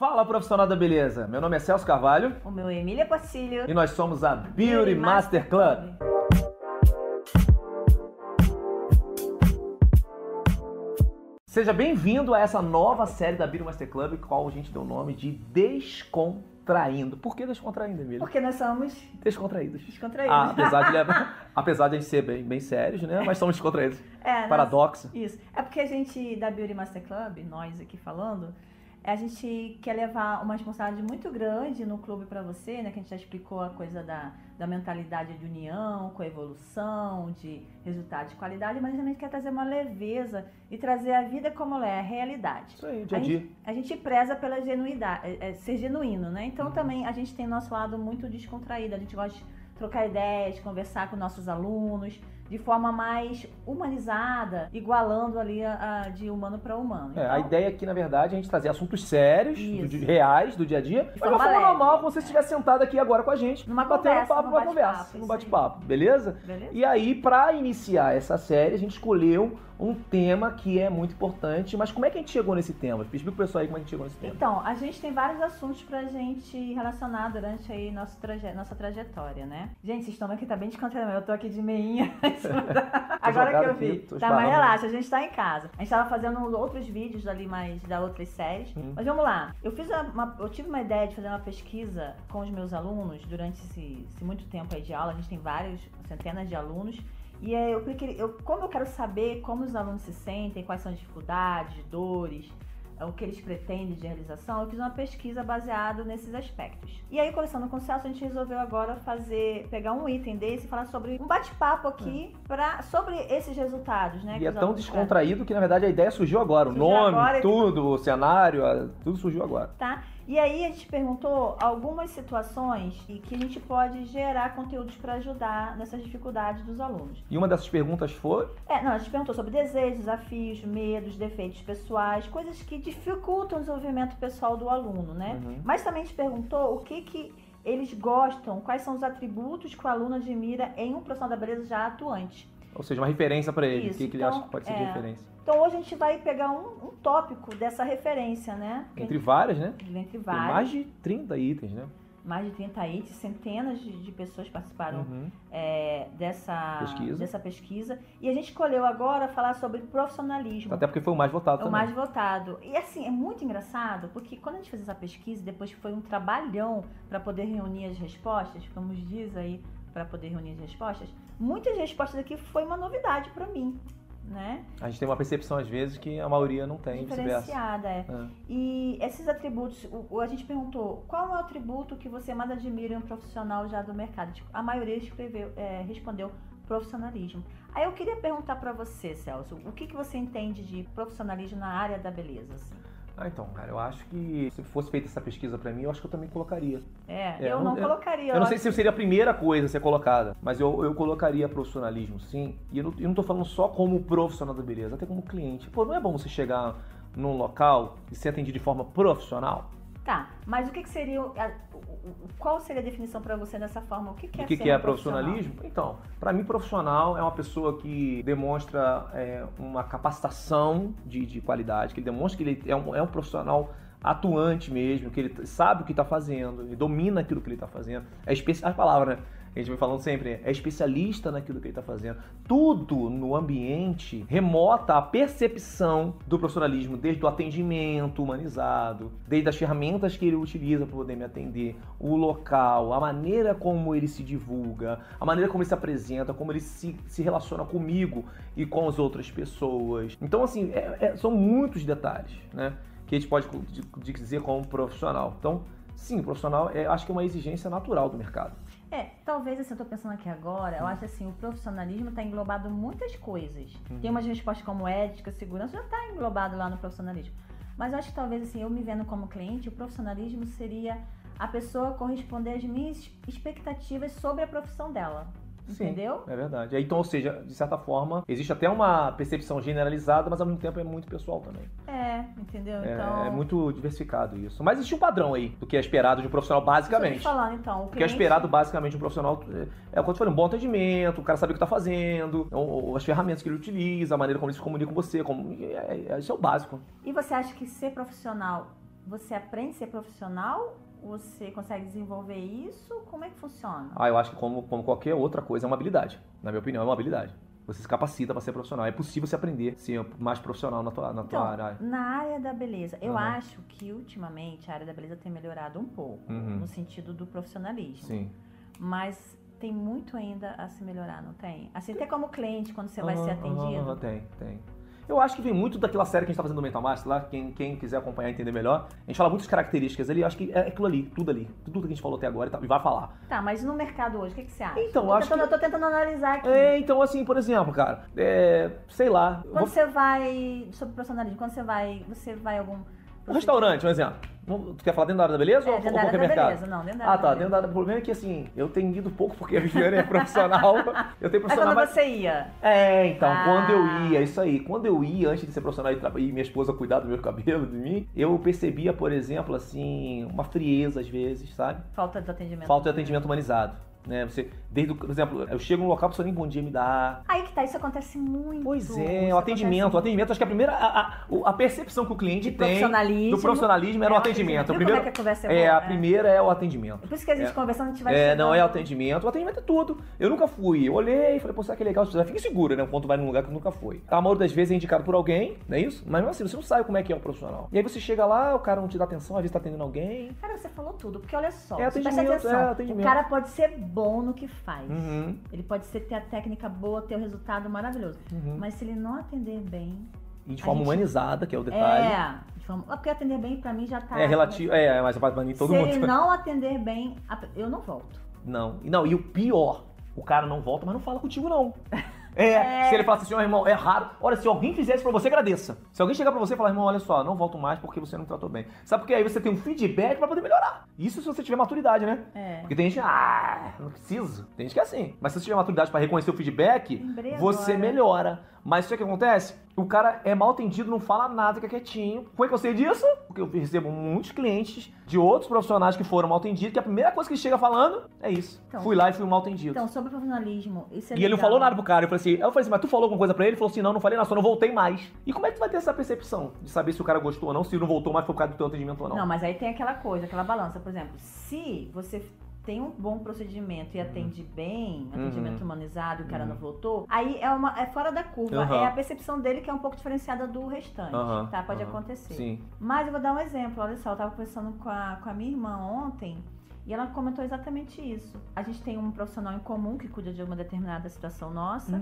Fala profissional da beleza, meu nome é Celso Carvalho O meu é Emília Pacílio. e nós somos a Beauty Master Club. Seja bem-vindo a essa nova série da Beauty Master Club, qual a gente deu o nome de Descontraindo. Por que Descontraindo, Emília? Porque nós somos Descontraídos. descontraídos. Ah, apesar, de, levar- apesar de a gente ser bem, bem sérios, né? Mas somos descontraídos. é, nós- Paradoxo. Isso. É porque a gente, da Beauty Master Club, nós aqui falando, é, a gente quer levar uma responsabilidade muito grande no clube pra você, né? Que a gente já explicou a coisa da, da mentalidade de união, com a evolução, de resultado de qualidade, mas a gente quer trazer uma leveza e trazer a vida como ela é, a realidade. Isso aí, dia a dia. a gente preza pela genuidade, é, é, ser genuíno, né? Então Uhum. também a gente tem nosso lado muito descontraído, a gente gosta de trocar ideias, conversar com nossos alunos de forma mais humanizada, igualando ali a, a- de humano para humano. É, a Então, ideia aqui, na verdade, é a gente trazer assuntos sérios, Isso. do- de- reais, do dia a dia, de forma forma leve. normal, como se você estivesse sentado aqui agora com a gente, Numa batendo conversa, papo, num numa bate-papo, conversa, num isso aí. bate-papo, beleza? beleza? E aí, pra iniciar essa série, a gente escolheu um tema que é muito importante, mas como é que a gente chegou nesse tema? Explica pro pessoal aí como é que a gente chegou nesse tema. Então, a gente tem vários assuntos pra gente relacionar durante aí nosso traje- nossa trajetória, né? Gente, vocês estão aqui, tá bem descontrolado, eu tô aqui de meinha. tá- Agora jogado que eu aqui, vi. tô tá, mas esbarrando. relaxa, a gente tá em casa. A gente tava fazendo outros vídeos ali, mais da outras séries. Hum. Mas vamos lá. Eu fiz uma- uma- eu tive uma ideia de fazer uma pesquisa com os meus alunos durante esse, esse muito tempo aí de aula. A gente tem vários, centenas de alunos. E é, eu, queria- eu, como eu quero saber como os alunos se sentem, quais são as dificuldades, dores, é, o que eles pretendem de realização, eu fiz uma pesquisa baseada nesses aspectos. E aí, conversando com o Celso, a gente resolveu agora fazer, pegar um item desse e falar sobre um bate-papo aqui pra, sobre esses resultados, né? É. e que é os tão alunos querem. descontraído que, na verdade, a ideia surgiu agora. Surgiu o nome, agora e- tudo, o cenário, a- tudo surgiu agora. tá? E aí a gente perguntou algumas situações e que a gente pode gerar conteúdos para ajudar nessas dificuldades dos alunos. E uma dessas perguntas foi... É, não, a gente perguntou sobre desejos, desafios, medos, defeitos pessoais, coisas que dificultam o desenvolvimento pessoal do aluno, né? Uhum. Mas também a gente perguntou o que que eles gostam, quais são os atributos que o aluno admira em um profissional da beleza já atuante. Ou seja, uma referência pra ele. Isso, o que, que ele então, acha que pode ser de é. referência? Então hoje a gente vai pegar um, um tópico dessa referência, né? Entre várias, né? Entre Tem vários, mais... mais de 30 itens, né? de 30 itens, centenas de, de pessoas participaram Uhum. é, dessa, Pesquisa. dessa pesquisa. E a gente escolheu agora falar sobre profissionalismo. Tá Até porque foi o mais votado É o também. mais votado. E assim, é muito engraçado, porque quando a gente fez essa pesquisa, depois foi um trabalhão para poder reunir as respostas, como diz aí, para poder reunir as respostas, muitas respostas aqui foi uma novidade para mim, né? A gente tem uma percepção, às vezes, que É, a maioria não tem, vice-versa. Diferenciada, é. É. E esses atributos, o- o- a gente perguntou qual é o atributo que você mais admira em um profissional já do mercado. Tipo, A maioria escreveu, é, respondeu profissionalismo. Aí eu queria perguntar pra você, Celso, o que, que você entende de profissionalismo na área da beleza? assim? Ah, então, cara, eu acho que se fosse feita essa pesquisa pra mim, eu acho que eu também colocaria. É, É, eu eu não não- colocaria. Eu não sei se seria a primeira coisa a ser colocada, mas eu, eu colocaria profissionalismo, sim. E eu não, eu não tô falando só como profissional da beleza, até como cliente. Pô, não é bom você chegar num local e ser atendido de forma profissional? Tá, mas o que, que seria. o- a- o- o- qual seria a definição pra você dessa forma? O que, que é o que, ser que é um profissional? profissionalismo? Então, pra mim, profissional é uma pessoa que demonstra é, uma capacitação de, de qualidade, que ele demonstra que ele é um, é um profissional atuante mesmo, que ele t- sabe o que está fazendo, ele domina aquilo que ele está fazendo. É especi... A palavra, né? A gente vem falando sempre, é especialista naquilo que ele está fazendo. Tudo no ambiente remota a percepção do profissionalismo, desde o atendimento humanizado, desde as ferramentas que ele utiliza para poder me atender, o local, a maneira como ele se divulga, a maneira como ele se apresenta, como ele se, se relaciona comigo e com as outras pessoas. Então, assim, é- é- são muitos detalhes, né? Que a gente pode co- de- de dizer como profissional. Então, sim, profissional é, acho que é uma exigência natural do mercado. É, talvez assim, eu tô pensando aqui agora, Hum. eu acho assim, o profissionalismo tá englobado muitas coisas. Uhum. Tem umas respostas como ética, segurança, já tá englobado lá no profissionalismo. Mas eu acho que talvez assim, eu me vendo como cliente, o profissionalismo seria a pessoa corresponder às minhas expectativas sobre a profissão dela. Sim. Entendeu? É verdade. Então, ou seja, de certa forma, existe até uma percepção generalizada, mas ao mesmo tempo é muito pessoal também. É, entendeu? É- então. é muito diversificado isso. Mas existe um padrão aí do que é esperado de um profissional, isso que eu tô basicamente. falando, então, o O que é cliente, esperado basicamente de um profissional é, é como eu te falei, um bom atendimento, o cara sabe o que tá fazendo, o- o- as ferramentas que ele utiliza, a maneira como ele se comunica com você, como, é- é- isso é o é básico. E você acha que ser profissional Você aprende a ser profissional? Você consegue desenvolver isso? Como é que funciona? Ah, eu acho que como, como qualquer outra coisa, é uma habilidade. Na minha opinião, é uma habilidade. Você se capacita para ser profissional. É possível você aprender a ser mais profissional na tua, na Então, tua área. na área da beleza, eu Aham. acho que ultimamente a área da beleza tem melhorado um pouco, Uhum. no sentido do profissionalismo. Sim. Mas tem muito ainda a se melhorar, não tem? Assim, até como cliente, quando você vai Aham, ser aham, atendido. aham, tem, tem. Eu acho que vem muito daquela série que a gente tá fazendo do Mental Master lá, quem, quem quiser acompanhar e entender melhor. A gente fala muitas características ali, eu acho que é aquilo ali, tudo ali. Tudo que a gente falou até agora e tá- e vai falar. Tá, mas no mercado hoje, o que, que você acha? Então, eu tô acho tentando, que- eu tô tentando analisar aqui. É, então, assim, por exemplo, cara, é, sei lá. eu Quando vou- você vai. Sobre profissionalismo, quando você vai. Você vai a algum. Um restaurante, um exemplo. Vamos- Tu quer falar dentro da área da beleza É, ou, ou dentro da qualquer área da mercado? beleza, não, dentro da área Ah, da tá. beleza. Dentro da área. O problema é que, assim, eu tenho ido pouco porque a Viviane é profissional. eu tenho Aí profissional quando mais. você ia. É, então, Ah. quando eu ia, isso aí, quando eu ia, antes de ser profissional e, tra- e minha esposa cuidar do meu cabelo, de mim, eu percebia, por exemplo, assim, uma frieza às vezes, sabe? Falta de atendimento. Falta de atendimento humanizado, né? Você, desde, o- por exemplo, eu chego num local, a pessoa nem bom dia me dá. Aí que tá, isso acontece muito. Pois é, Isso o atendimento, o acontece atendimento, acho que a primeira, a, a- o- a percepção que o cliente muito. De tem profissionalismo. do profissionalismo era o É, atendimento. Viu O primeiro, Como é que a conversa é, é, boa, a né? primeira é o atendimento. Por isso que a gente É. conversando, a gente vai É, chegando. não é atendimento. O atendimento é tudo. Eu nunca fui. Eu olhei e falei, pô, será que é legal? Você fica segura, né? Quando tu vai num lugar que tu nunca foi. A maioria das vezes é indicado por alguém, não é isso? Mas mesmo assim, você não sabe como é que é o profissional. E aí você chega lá, o cara não te dá atenção, às vezes tá atendendo alguém. Cara, você falou tudo, porque olha só, É você presta atendimento, atenção. é atendimento. O cara pode ser bom no que faz. Uhum, Ele pode ser, ter a técnica boa, ter o resultado maravilhoso. uhum. Mas se ele não atender bem. E de forma gente- humanizada, que é o detalhe. É. de forma- ah, Porque atender bem, pra mim, já tá. É, relativo. É, mas vai banir todo se mundo. ele não atender bem, a- eu não volto. Não. E não, e o pior, o cara não volta, mas não fala contigo, não. É, É. se ele fala assim, ó, irmão, é raro. Olha, se alguém fizer isso pra você, agradeça. Se alguém chegar pra você e falar, irmão, olha só, não volto mais porque você não me tratou bem. Sabe porque aí você tem um feedback pra poder melhorar. Isso se você tiver maturidade, né? É. Porque tem gente, ah, não preciso. Tem gente que é assim. Mas se você tiver maturidade pra reconhecer o feedback, Lembrei você agora. melhora. Mas sabe o que acontece? O cara é mal atendido, não fala nada, fica quietinho. Como é que eu sei disso? Porque eu recebo muitos clientes de outros profissionais que foram mal atendidos, que a primeira coisa que ele chega falando é isso. Então. fui lá e fui mal atendido. Então, sobre profissionalismo, isso é e ele não legal. falou nada pro cara. Eu falei assim, eu falei assim, mas tu falou alguma coisa pra ele? Ele falou assim, não, não falei nada, só não voltei mais. E como é que tu vai ter essa percepção de saber se o cara gostou ou não, se não voltou mais foi por causa do teu atendimento ou não? Não, mas aí tem aquela coisa, aquela balança. Por exemplo, se você tem um bom procedimento e atende bem, atendimento Uhum. humanizado, e o cara Uhum. não voltou, aí é, uma, é fora da curva. Aham. É a percepção dele que é um pouco diferenciada do restante, Aham, tá? Pode aham. acontecer. Sim. Mas eu vou dar um exemplo. Olha só, eu tava conversando com a, com a minha irmã ontem e ela comentou exatamente isso. A gente tem um profissional em comum que cuida de uma determinada situação nossa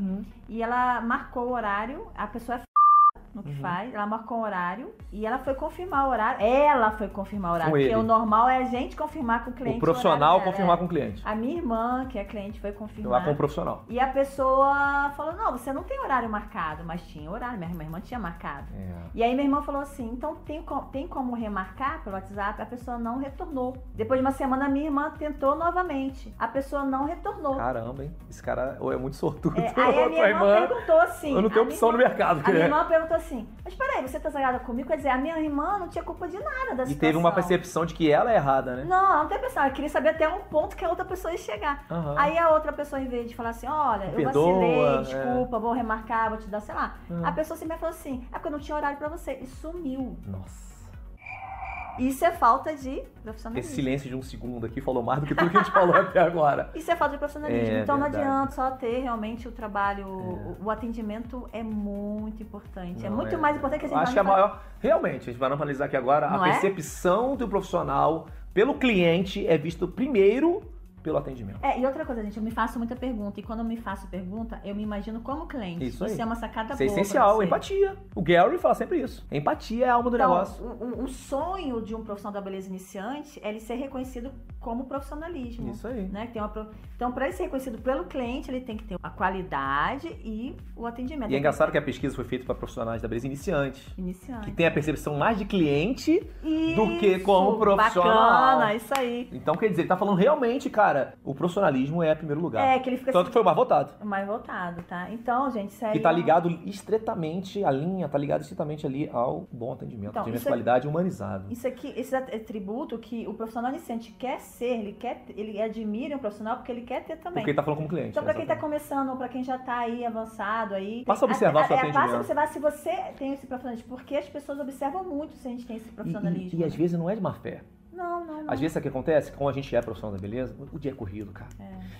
e ela marcou o horário. A pessoa é f... no que Uhum. faz. Ela marcou o horário e ela foi confirmar o horário. Ela foi confirmar o horário. Com porque ele. o normal é a gente confirmar com o cliente. O profissional horário dela, confirmar com o cliente. é. A minha irmã, que é cliente, foi Lá confirmar. com o um profissional. E a pessoa falou: Não, você não tem horário marcado, mas tinha horário. Minha minha irmã tinha marcado. É. E aí minha irmã falou assim, então tem, co- tem como remarcar pelo WhatsApp? A pessoa não retornou. Depois de uma semana, minha irmã tentou novamente. A pessoa não retornou. Caramba, hein? Esse cara ou é muito sortudo. É, aí a ou minha tua irmã perguntou assim... eu não tenho a minha opção no irmã- mercado. A minha né? irmã perguntou assim, mas peraí, você tá zangada comigo? Quer dizer, a minha irmã não tinha culpa de nada da E situação. teve uma percepção de que ela é errada, né? Não, ela não tem percepção. Ela queria saber até um ponto que a outra pessoa ia chegar. Aham. Aí a outra pessoa, em vez de falar assim, olha, eu Ah. Perdoa, é. vacilei, desculpa, vou remarcar, vou te dar, sei lá. Uhum. A pessoa sempre falou assim, é porque eu não tinha horário pra você. E sumiu. Nossa. Isso é falta de Esse profissionalismo. silêncio de um segundo aqui falou mais do que tudo que a gente falou até agora. Isso é falta de profissionalismo. É, então verdade. É. não adianta só ter realmente o trabalho. o- O atendimento é muito importante. é Não, muito mais importante que a gente tá Acho que vai a maior. Realmente, a gente vai analisar aqui agora, a Não é? percepção do profissional pelo cliente é visto primeiro pelo atendimento. É, e outra coisa, gente, eu me faço muita pergunta. E quando eu me faço pergunta, eu me imagino como cliente. Isso aí. é uma sacada Isso é boa. pra essencial, você. empatia. O Gary fala sempre isso. Empatia é a alma do Então, negócio. o, o- o sonho de um profissional da beleza iniciante é ele ser reconhecido como profissionalismo. Isso aí. é Né? que Tem uma pro- Então, para ele ser reconhecido pelo cliente, ele tem que ter a qualidade e o atendimento. E é engraçado que a pesquisa foi feita para profissionais da beleza iniciantes. que Iniciante. tem a percepção mais de cliente. Isso, do que como profissional. Bacana, isso aí. Então, quer dizer, ele tá falando realmente, cara, cara, o profissionalismo é primeiro lugar. É, que ele fica Tanto que foi o mais votado. assim, mais voltado, tá? Então, gente, sério. Que tá ligado estretamente, a linha tá ligada estritamente ali ao bom atendimento, Então, atendimento de isso é- qualidade humanizado. Isso aqui, esse atributo que o profissional iniciante quer ser, ele quer, ele admira um profissional porque ele quer ter também. Porque ele tá falando como cliente. Então, pra quem tá exatamente. começando, ou pra quem já tá aí avançado aí. Passa a observar o seu é, Passa atendimento. a observar se você tem esse profissionalismo. Porque as pessoas observam muito se a gente tem esse E, profissionalismo. né? e, e às vezes não é de má fé. Não, não, não. Às vezes sabe o que acontece? Como a gente é profissional da beleza, o dia é corrido, cara.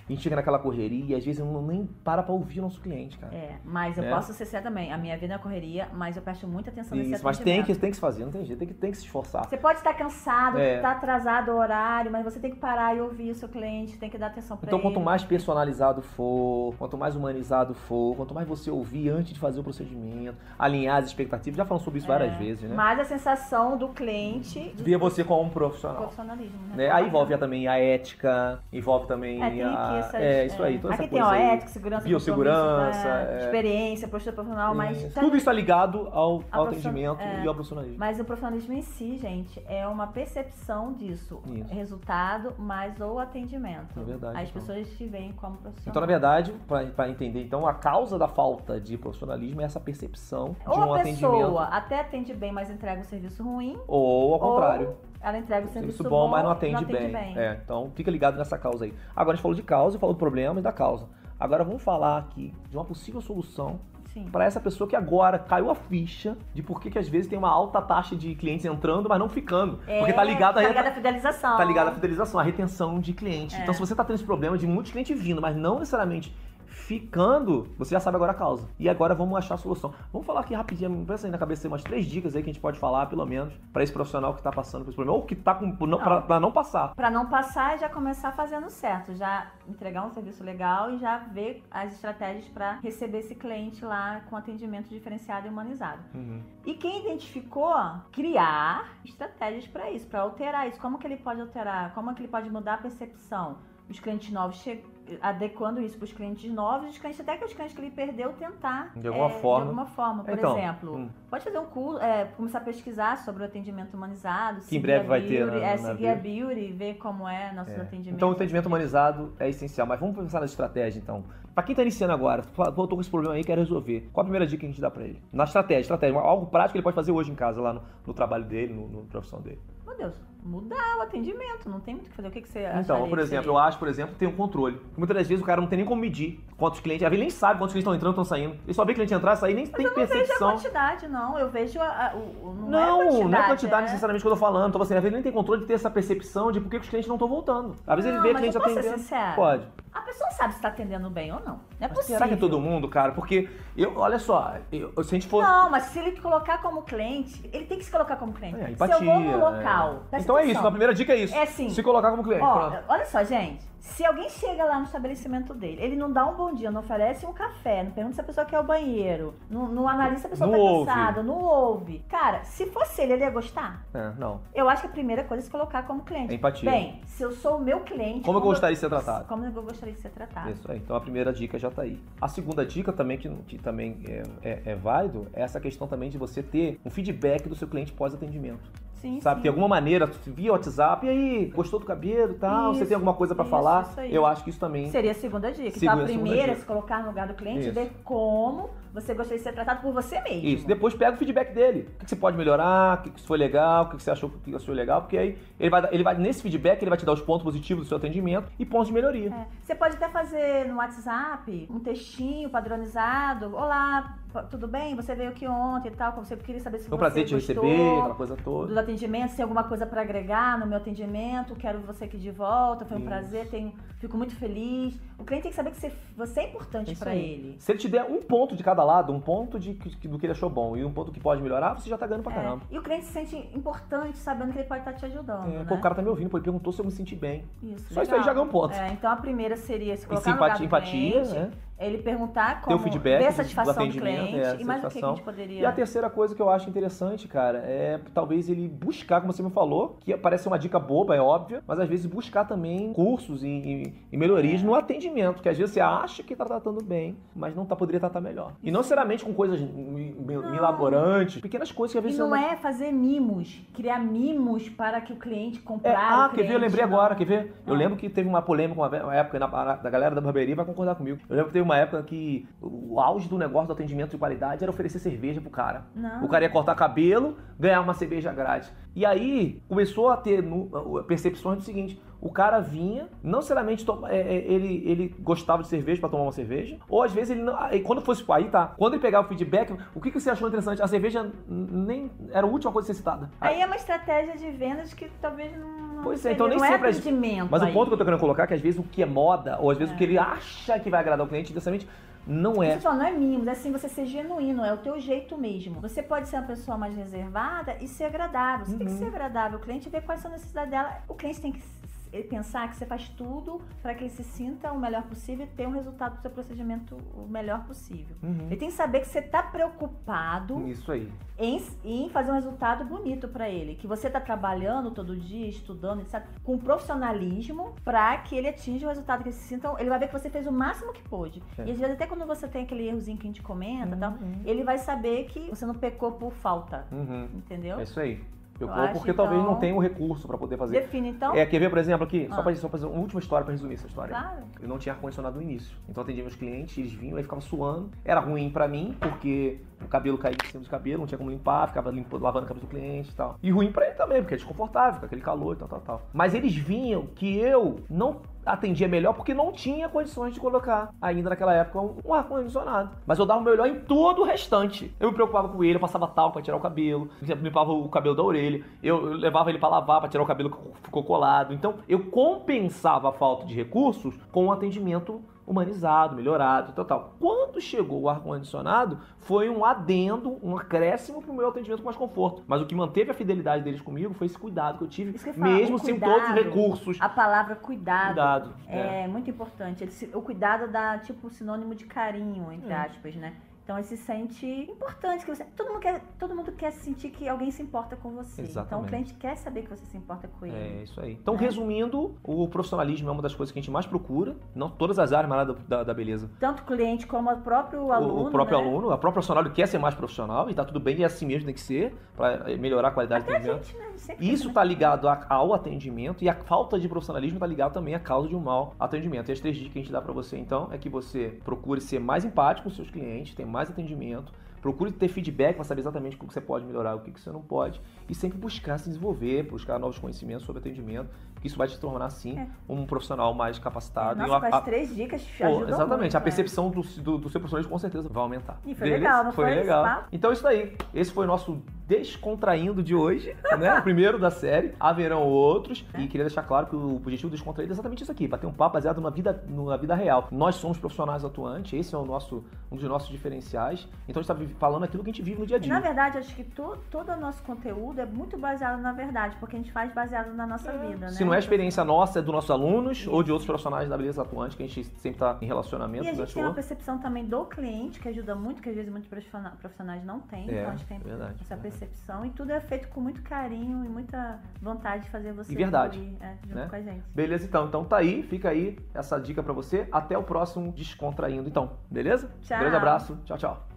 A gente chega naquela correria e às vezes não nem para pra ouvir o nosso cliente, cara. É, mas eu Né? posso ser séria também. A minha vida é correria, mas eu presto muita atenção nesse Isso, mas tem é um atendimento. que, tem que se fazer, não tem jeito, tem que, tem que se esforçar. Você pode estar cansado, É. tá atrasado o horário, mas você tem que parar e ouvir o seu cliente, tem que dar atenção pra Então, ele. quanto mais personalizado for, quanto mais humanizado for, quanto mais você ouvir antes de fazer o procedimento, alinhar as expectativas, já falamos sobre isso É, várias vezes, né? Mais a sensação do cliente do Ver você como um profissional. profissionalismo, né? Né? Aí envolve também a ética, envolve também É, tem aqui a. essas, é, isso aí, toda aqui essa tem, coisa ó, aí. ética, segurança, biossegurança, compromisso, né? é. experiência, postura profissional, mas... Isso. É, Tudo isso está ligado ao, Ao ao profission- atendimento é. e ao profissionalismo. Mas o profissionalismo em si, gente, é uma percepção disso. Isso. Resultado mais o atendimento. É verdade, As então. pessoas te veem como profissional. Então, na verdade, para entender, então, a causa da falta de profissionalismo é essa percepção de Ou um a atendimento. pessoa até atende bem, mas entrega um serviço ruim. Ou ao Ou contrário. Ela entrega um serviço, serviço bom, mas não atende, bem. bem. É, então fica ligado nessa causa aí. Agora a gente falou de causa, falou do problema e da causa. Agora vamos falar aqui de uma possível solução Sim. para essa pessoa que agora caiu a ficha de por que que às vezes tem uma alta taxa de clientes entrando, mas não ficando. porque tá ligado, tá a ligado à fidelização. tá ligado à fidelização, à retenção de cliente. É. Então, se você tá tendo esse problema de muitos clientes vindo, mas não necessariamente ficando, você já sabe agora a causa. E agora vamos achar a solução. Vamos falar aqui rapidinho, pensa aí na cabeça, tem umas três dicas aí que a gente pode falar, pelo menos, pra esse profissional que tá passando por esse problema, ou que tá com, não, pra, pra não passar. Pra não passar e já começar fazendo certo, já entregar um serviço legal e já ver as estratégias pra receber esse cliente lá com atendimento diferenciado e humanizado. Uhum. E quem identificou, criar estratégias pra isso, pra alterar isso. Como que ele pode alterar? Como que ele pode mudar a percepção? Os clientes novos che- adequando isso pros clientes novos, os clientes até que os clientes que ele perdeu tentar De alguma eh, forma. De alguma forma, por Então, exemplo, hum. pode fazer um curso, eh, começar a pesquisar sobre o atendimento humanizado, Que em seguir breve a vai ter Beauty, na- na é, seguir a Beauty, ver como é nossos É. atendimentos. Então, o atendimento humanizado é essencial, mas vamos pensar na estratégia, então. Pra quem tá iniciando agora, fala, pô, eu tô com esse problema aí, quero resolver. Qual a primeira dica que a gente dá pra ele? Na estratégia, estratégia, algo prático que ele pode fazer hoje em casa, lá no, no trabalho dele, no, no profissão dele. Meu Deus, mudar o atendimento, não tem muito o que fazer. O que, que você acha? Então, por exemplo, eu acho, por exemplo, que tem um controle. Muitas das vezes o cara não tem nem como medir quantos clientes. Às vezes ele nem sabe quantos clientes estão entrando, estão saindo. Ele só vê cliente entrar, sair, nem tem Não vejo a percepção. quantidade, não. Eu vejo a, a- o, o- não, não, é a quantidade. não é quantidade é- necessariamente que eu tô falando. Então, assim, às vezes ele nem tem controle de ter essa percepção de por que que os clientes não estão voltando. Às vezes Não, ele vê mas clientes eu posso ser atendendo. sincera? Pode. A pessoa sabe se tá atendendo bem ou não. Não é Mas possível. será que é todo mundo, cara? Porque, eu, olha só, eu- se a gente for. Não, mas se ele colocar como cliente, ele tem que se colocar como cliente. É, empatia. se eu vou no local, é. presta Então é atenção. isso, a primeira dica é isso. É assim. Se colocar como cliente. Ó, pronto. olha só, gente. Se alguém chega lá no estabelecimento dele, ele não dá um bom dia, não oferece um café, não pergunta se a pessoa quer o banheiro, não, não analisa se a pessoa Não tá ouve. cansada, não ouve. Cara, se fosse ele, ele ia gostar? É, não. Eu acho que a primeira coisa é se colocar como É cliente. empatia. Bem, se eu sou o meu cliente. Como eu gostaria de ser tratado? Como eu gostaria de ser tratado. Isso aí. Então a primeira dica já tá aí. A segunda dica também, que, que também é, é- é válido, é essa questão também de você ter um feedback do seu cliente pós-atendimento. Sim, Sabe? sim. De alguma maneira, via WhatsApp, e aí, gostou do cabelo e tal? você Isso, tem alguma coisa pra isso, falar? isso aí. Eu acho que isso também. Seria a segunda dica. Segunda- então, a segunda primeira é dica. se colocar no lugar do cliente e Isso. ver como você gostaria de ser tratado por você mesmo. Isso, depois pega o feedback dele. O que que você pode melhorar, o que que foi legal, o que que você achou que achou legal, porque aí ele vai, dar- ele vai, nesse feedback, ele vai te dar os pontos positivos do seu atendimento e pontos de melhoria. É. Você pode até fazer no WhatsApp um textinho padronizado. Olá, p- tudo bem? Você veio aqui ontem e tal. Como você queria saber se Foi um você prazer te gostou receber, aquela coisa toda. do atendimento, se tem alguma coisa pra agregar no meu atendimento, quero você aqui de volta, foi um Isso. prazer, tenho, fico muito feliz. O cliente tem que saber que você, você é importante Isso pra aí. ele. Se ele te der um ponto de cada lado, um ponto de, que- do que ele achou bom e um ponto que pode melhorar, você já tá ganhando pra É. caramba. E o cliente se sente importante sabendo que ele pode estar te ajudando. É, né? pô, o cara tá me ouvindo, pô, ele perguntou se eu me senti bem. Isso, Só isso aí legal. já ganha um ponto. É, então a primeira seria se E colocar no lugar simpatia, do empatia, cliente né? Ele perguntar Ter o como feedback ver a do- do satisfação do atendimento, cliente é, a e mais o que que a satisfação. gente poderia. E a terceira coisa que eu acho interessante, cara, é talvez ele buscar, como você me falou, que parece uma dica boba, é óbvia, mas às vezes buscar também cursos e, e- e É. melhorias no atendimento, que às vezes você acha que tá tratando bem, mas não tá, poderia tratar melhor. E não necessariamente com coisas mi- mi- Não. milaborantes, pequenas coisas que às E vezes não você é fazer mimos, criar mimos para que o cliente comprar. É, o ah, quer ver? cliente Eu lembrei não. agora, quer ver? Eu Ah. lembro que teve uma polêmica uma, ve- uma época na, na- da galera da barbearia vai concordar comigo. Eu lembro que teve uma época que o auge do negócio do atendimento de qualidade era oferecer cerveja pro cara. Não. O cara ia cortar cabelo, ganhar uma cerveja grátis. E aí começou a ter nu- percepções do seguinte: o cara vinha, não necessariamente toma- é, é, ele, ele gostava de cerveja pra tomar uma cerveja, ou às vezes ele não. aí Quando fosse aí tá. Quando ele pegava o feedback, o que, que você achou interessante? A cerveja n- nem era a última coisa a ser citada. Aí é uma estratégia de vendas que talvez não. Pois é, seria- então nem não sempre a é gente- atendimento Mas o aí. ponto que eu tô querendo colocar é que às vezes o que é moda, ou às vezes o que ele acha que vai agradar o cliente, justamente não é. Você fala, não é mimos, é assim você ser genuíno, é o teu jeito mesmo. Você pode ser uma pessoa mais reservada e ser agradável. Você tem que Uhum. ser agradável. O cliente vê quais são as necessidades dela. O cliente tem que s- ele pensar que você faz tudo para que ele se sinta o melhor possível e ter um resultado do seu procedimento o melhor possível. Uhum. Ele tem que saber que você está preocupado Isso aí. em, em fazer um resultado bonito pra ele. Que você tá trabalhando todo dia, estudando, etc, com profissionalismo pra que ele atinja o resultado que ele se sinta. Então, Ele vai ver que você fez o máximo que pôde. É. E às vezes até quando você tem aquele errozinho que a gente comenta e tal, Uhum. ele vai saber que você não pecou por falta. Uhum. Entendeu? É isso aí. Eu Eu vou acho, porque talvez então- não tenha o recurso pra poder fazer. Define então. É, quer ver, por exemplo, aqui? Só Ah. pra só pra fazer uma última história pra resumir essa história. Claro. Eu não tinha ar-condicionado no início. Então eu atendia meus clientes, eles vinham, aí ficava suando. Era ruim pra mim, porque o cabelo caía em cima do cabelo, não tinha como limpar, ficava limpando, lavando o cabelo do cliente e tal. E ruim pra ele também, porque é desconfortável, com aquele calor e tal, tal, tal. Mas eles vinham que eu não atendia melhor porque não tinha condições de colocar ainda naquela época um, um ar-condicionado. Mas eu dava o meu melhor em todo o restante. Eu me preocupava com ele, eu passava tal pra tirar o cabelo, por exemplo, limpava o cabelo da orelha, eu, eu levava ele pra lavar, pra tirar o cabelo que ficou colado. Então, eu compensava a falta de recursos com o atendimento humanizado, melhorado, tal, tal. Quando chegou o ar-condicionado, foi um adendo, um acréscimo pro meu atendimento com mais conforto. Mas o que manteve a fidelidade deles comigo foi esse cuidado que eu tive, Isso que eu ia falar, mesmo o sem cuidado, todos os recursos. A palavra cuidado. Cuidado. É. É, muito importante. Ele se- o cuidado dá, tipo, sinônimo de carinho, entre Hum. aspas, né? Então ele se sente importante. Que você, todo, mundo quer, todo mundo quer sentir que alguém se importa com você. Então o Exatamente. cliente quer saber que você se importa com ele. É isso aí. Então, É. resumindo, o profissionalismo é uma das coisas que a gente mais procura. Não todas as áreas, mas lá da, da, da beleza. Tanto o cliente como o próprio O- aluno. o, próprio né? aluno, a própria profissional ele quer ser mais profissional e tá tudo bem, e é assim mesmo tem que ser, para melhorar a qualidade do Até a atendimento. gente, né? Sempre Isso quer, né? tá ligado a- ao atendimento e a falta de profissionalismo tá ligado também à causa de um mau atendimento. E as três dicas que a gente dá pra você, então, é que você procure ser mais empático com seus clientes, ter mais atendimento, procure ter feedback para saber exatamente o que você pode melhorar, o que que você não pode, e sempre buscar se desenvolver, buscar novos conhecimentos sobre atendimento, que isso vai te tornar, sim, É. um profissional mais capacitado. Nossa, e Tá, uma- com as a- três dicas Pô, ajudou exatamente, muito, a né? percepção do, do, do seu profissionalismo com certeza vai aumentar. E foi legal, não foi esse legal. papo? Então é isso aí. Esse foi o nosso Descontraindo de hoje, né? O primeiro da série. Haverão outros. E queria deixar claro que o objetivo do Descontraído é exatamente isso aqui: bater um papo baseado na vida, na vida real. Nós somos profissionais atuantes, esse é o nosso, um dos nossos diferenciais. Então a gente tá vi- falando aquilo que a gente vive no dia a E, dia. na verdade, acho que to, todo o nosso conteúdo é muito baseado na verdade, porque a gente faz baseado na nossa vida, né? Se não é experiência nossa, é dos nossos alunos Isso. ou de outros profissionais da beleza atuante, que a gente sempre tá em relacionamento. E a gente durante tem o uma ano. percepção também do cliente, que ajuda muito, que às vezes muitos profissiona- profissionais não têm. É, então a gente tem verdade, essa verdade. percepção. E tudo é feito com muito carinho e muita vontade de fazer você E verdade, evoluir, é, junto né? com a gente. Beleza, então. Então tá aí, fica aí essa dica pra você. Até o próximo Descontraindo, então. Beleza? Tchau. Grande abraço. Tchau, tchau.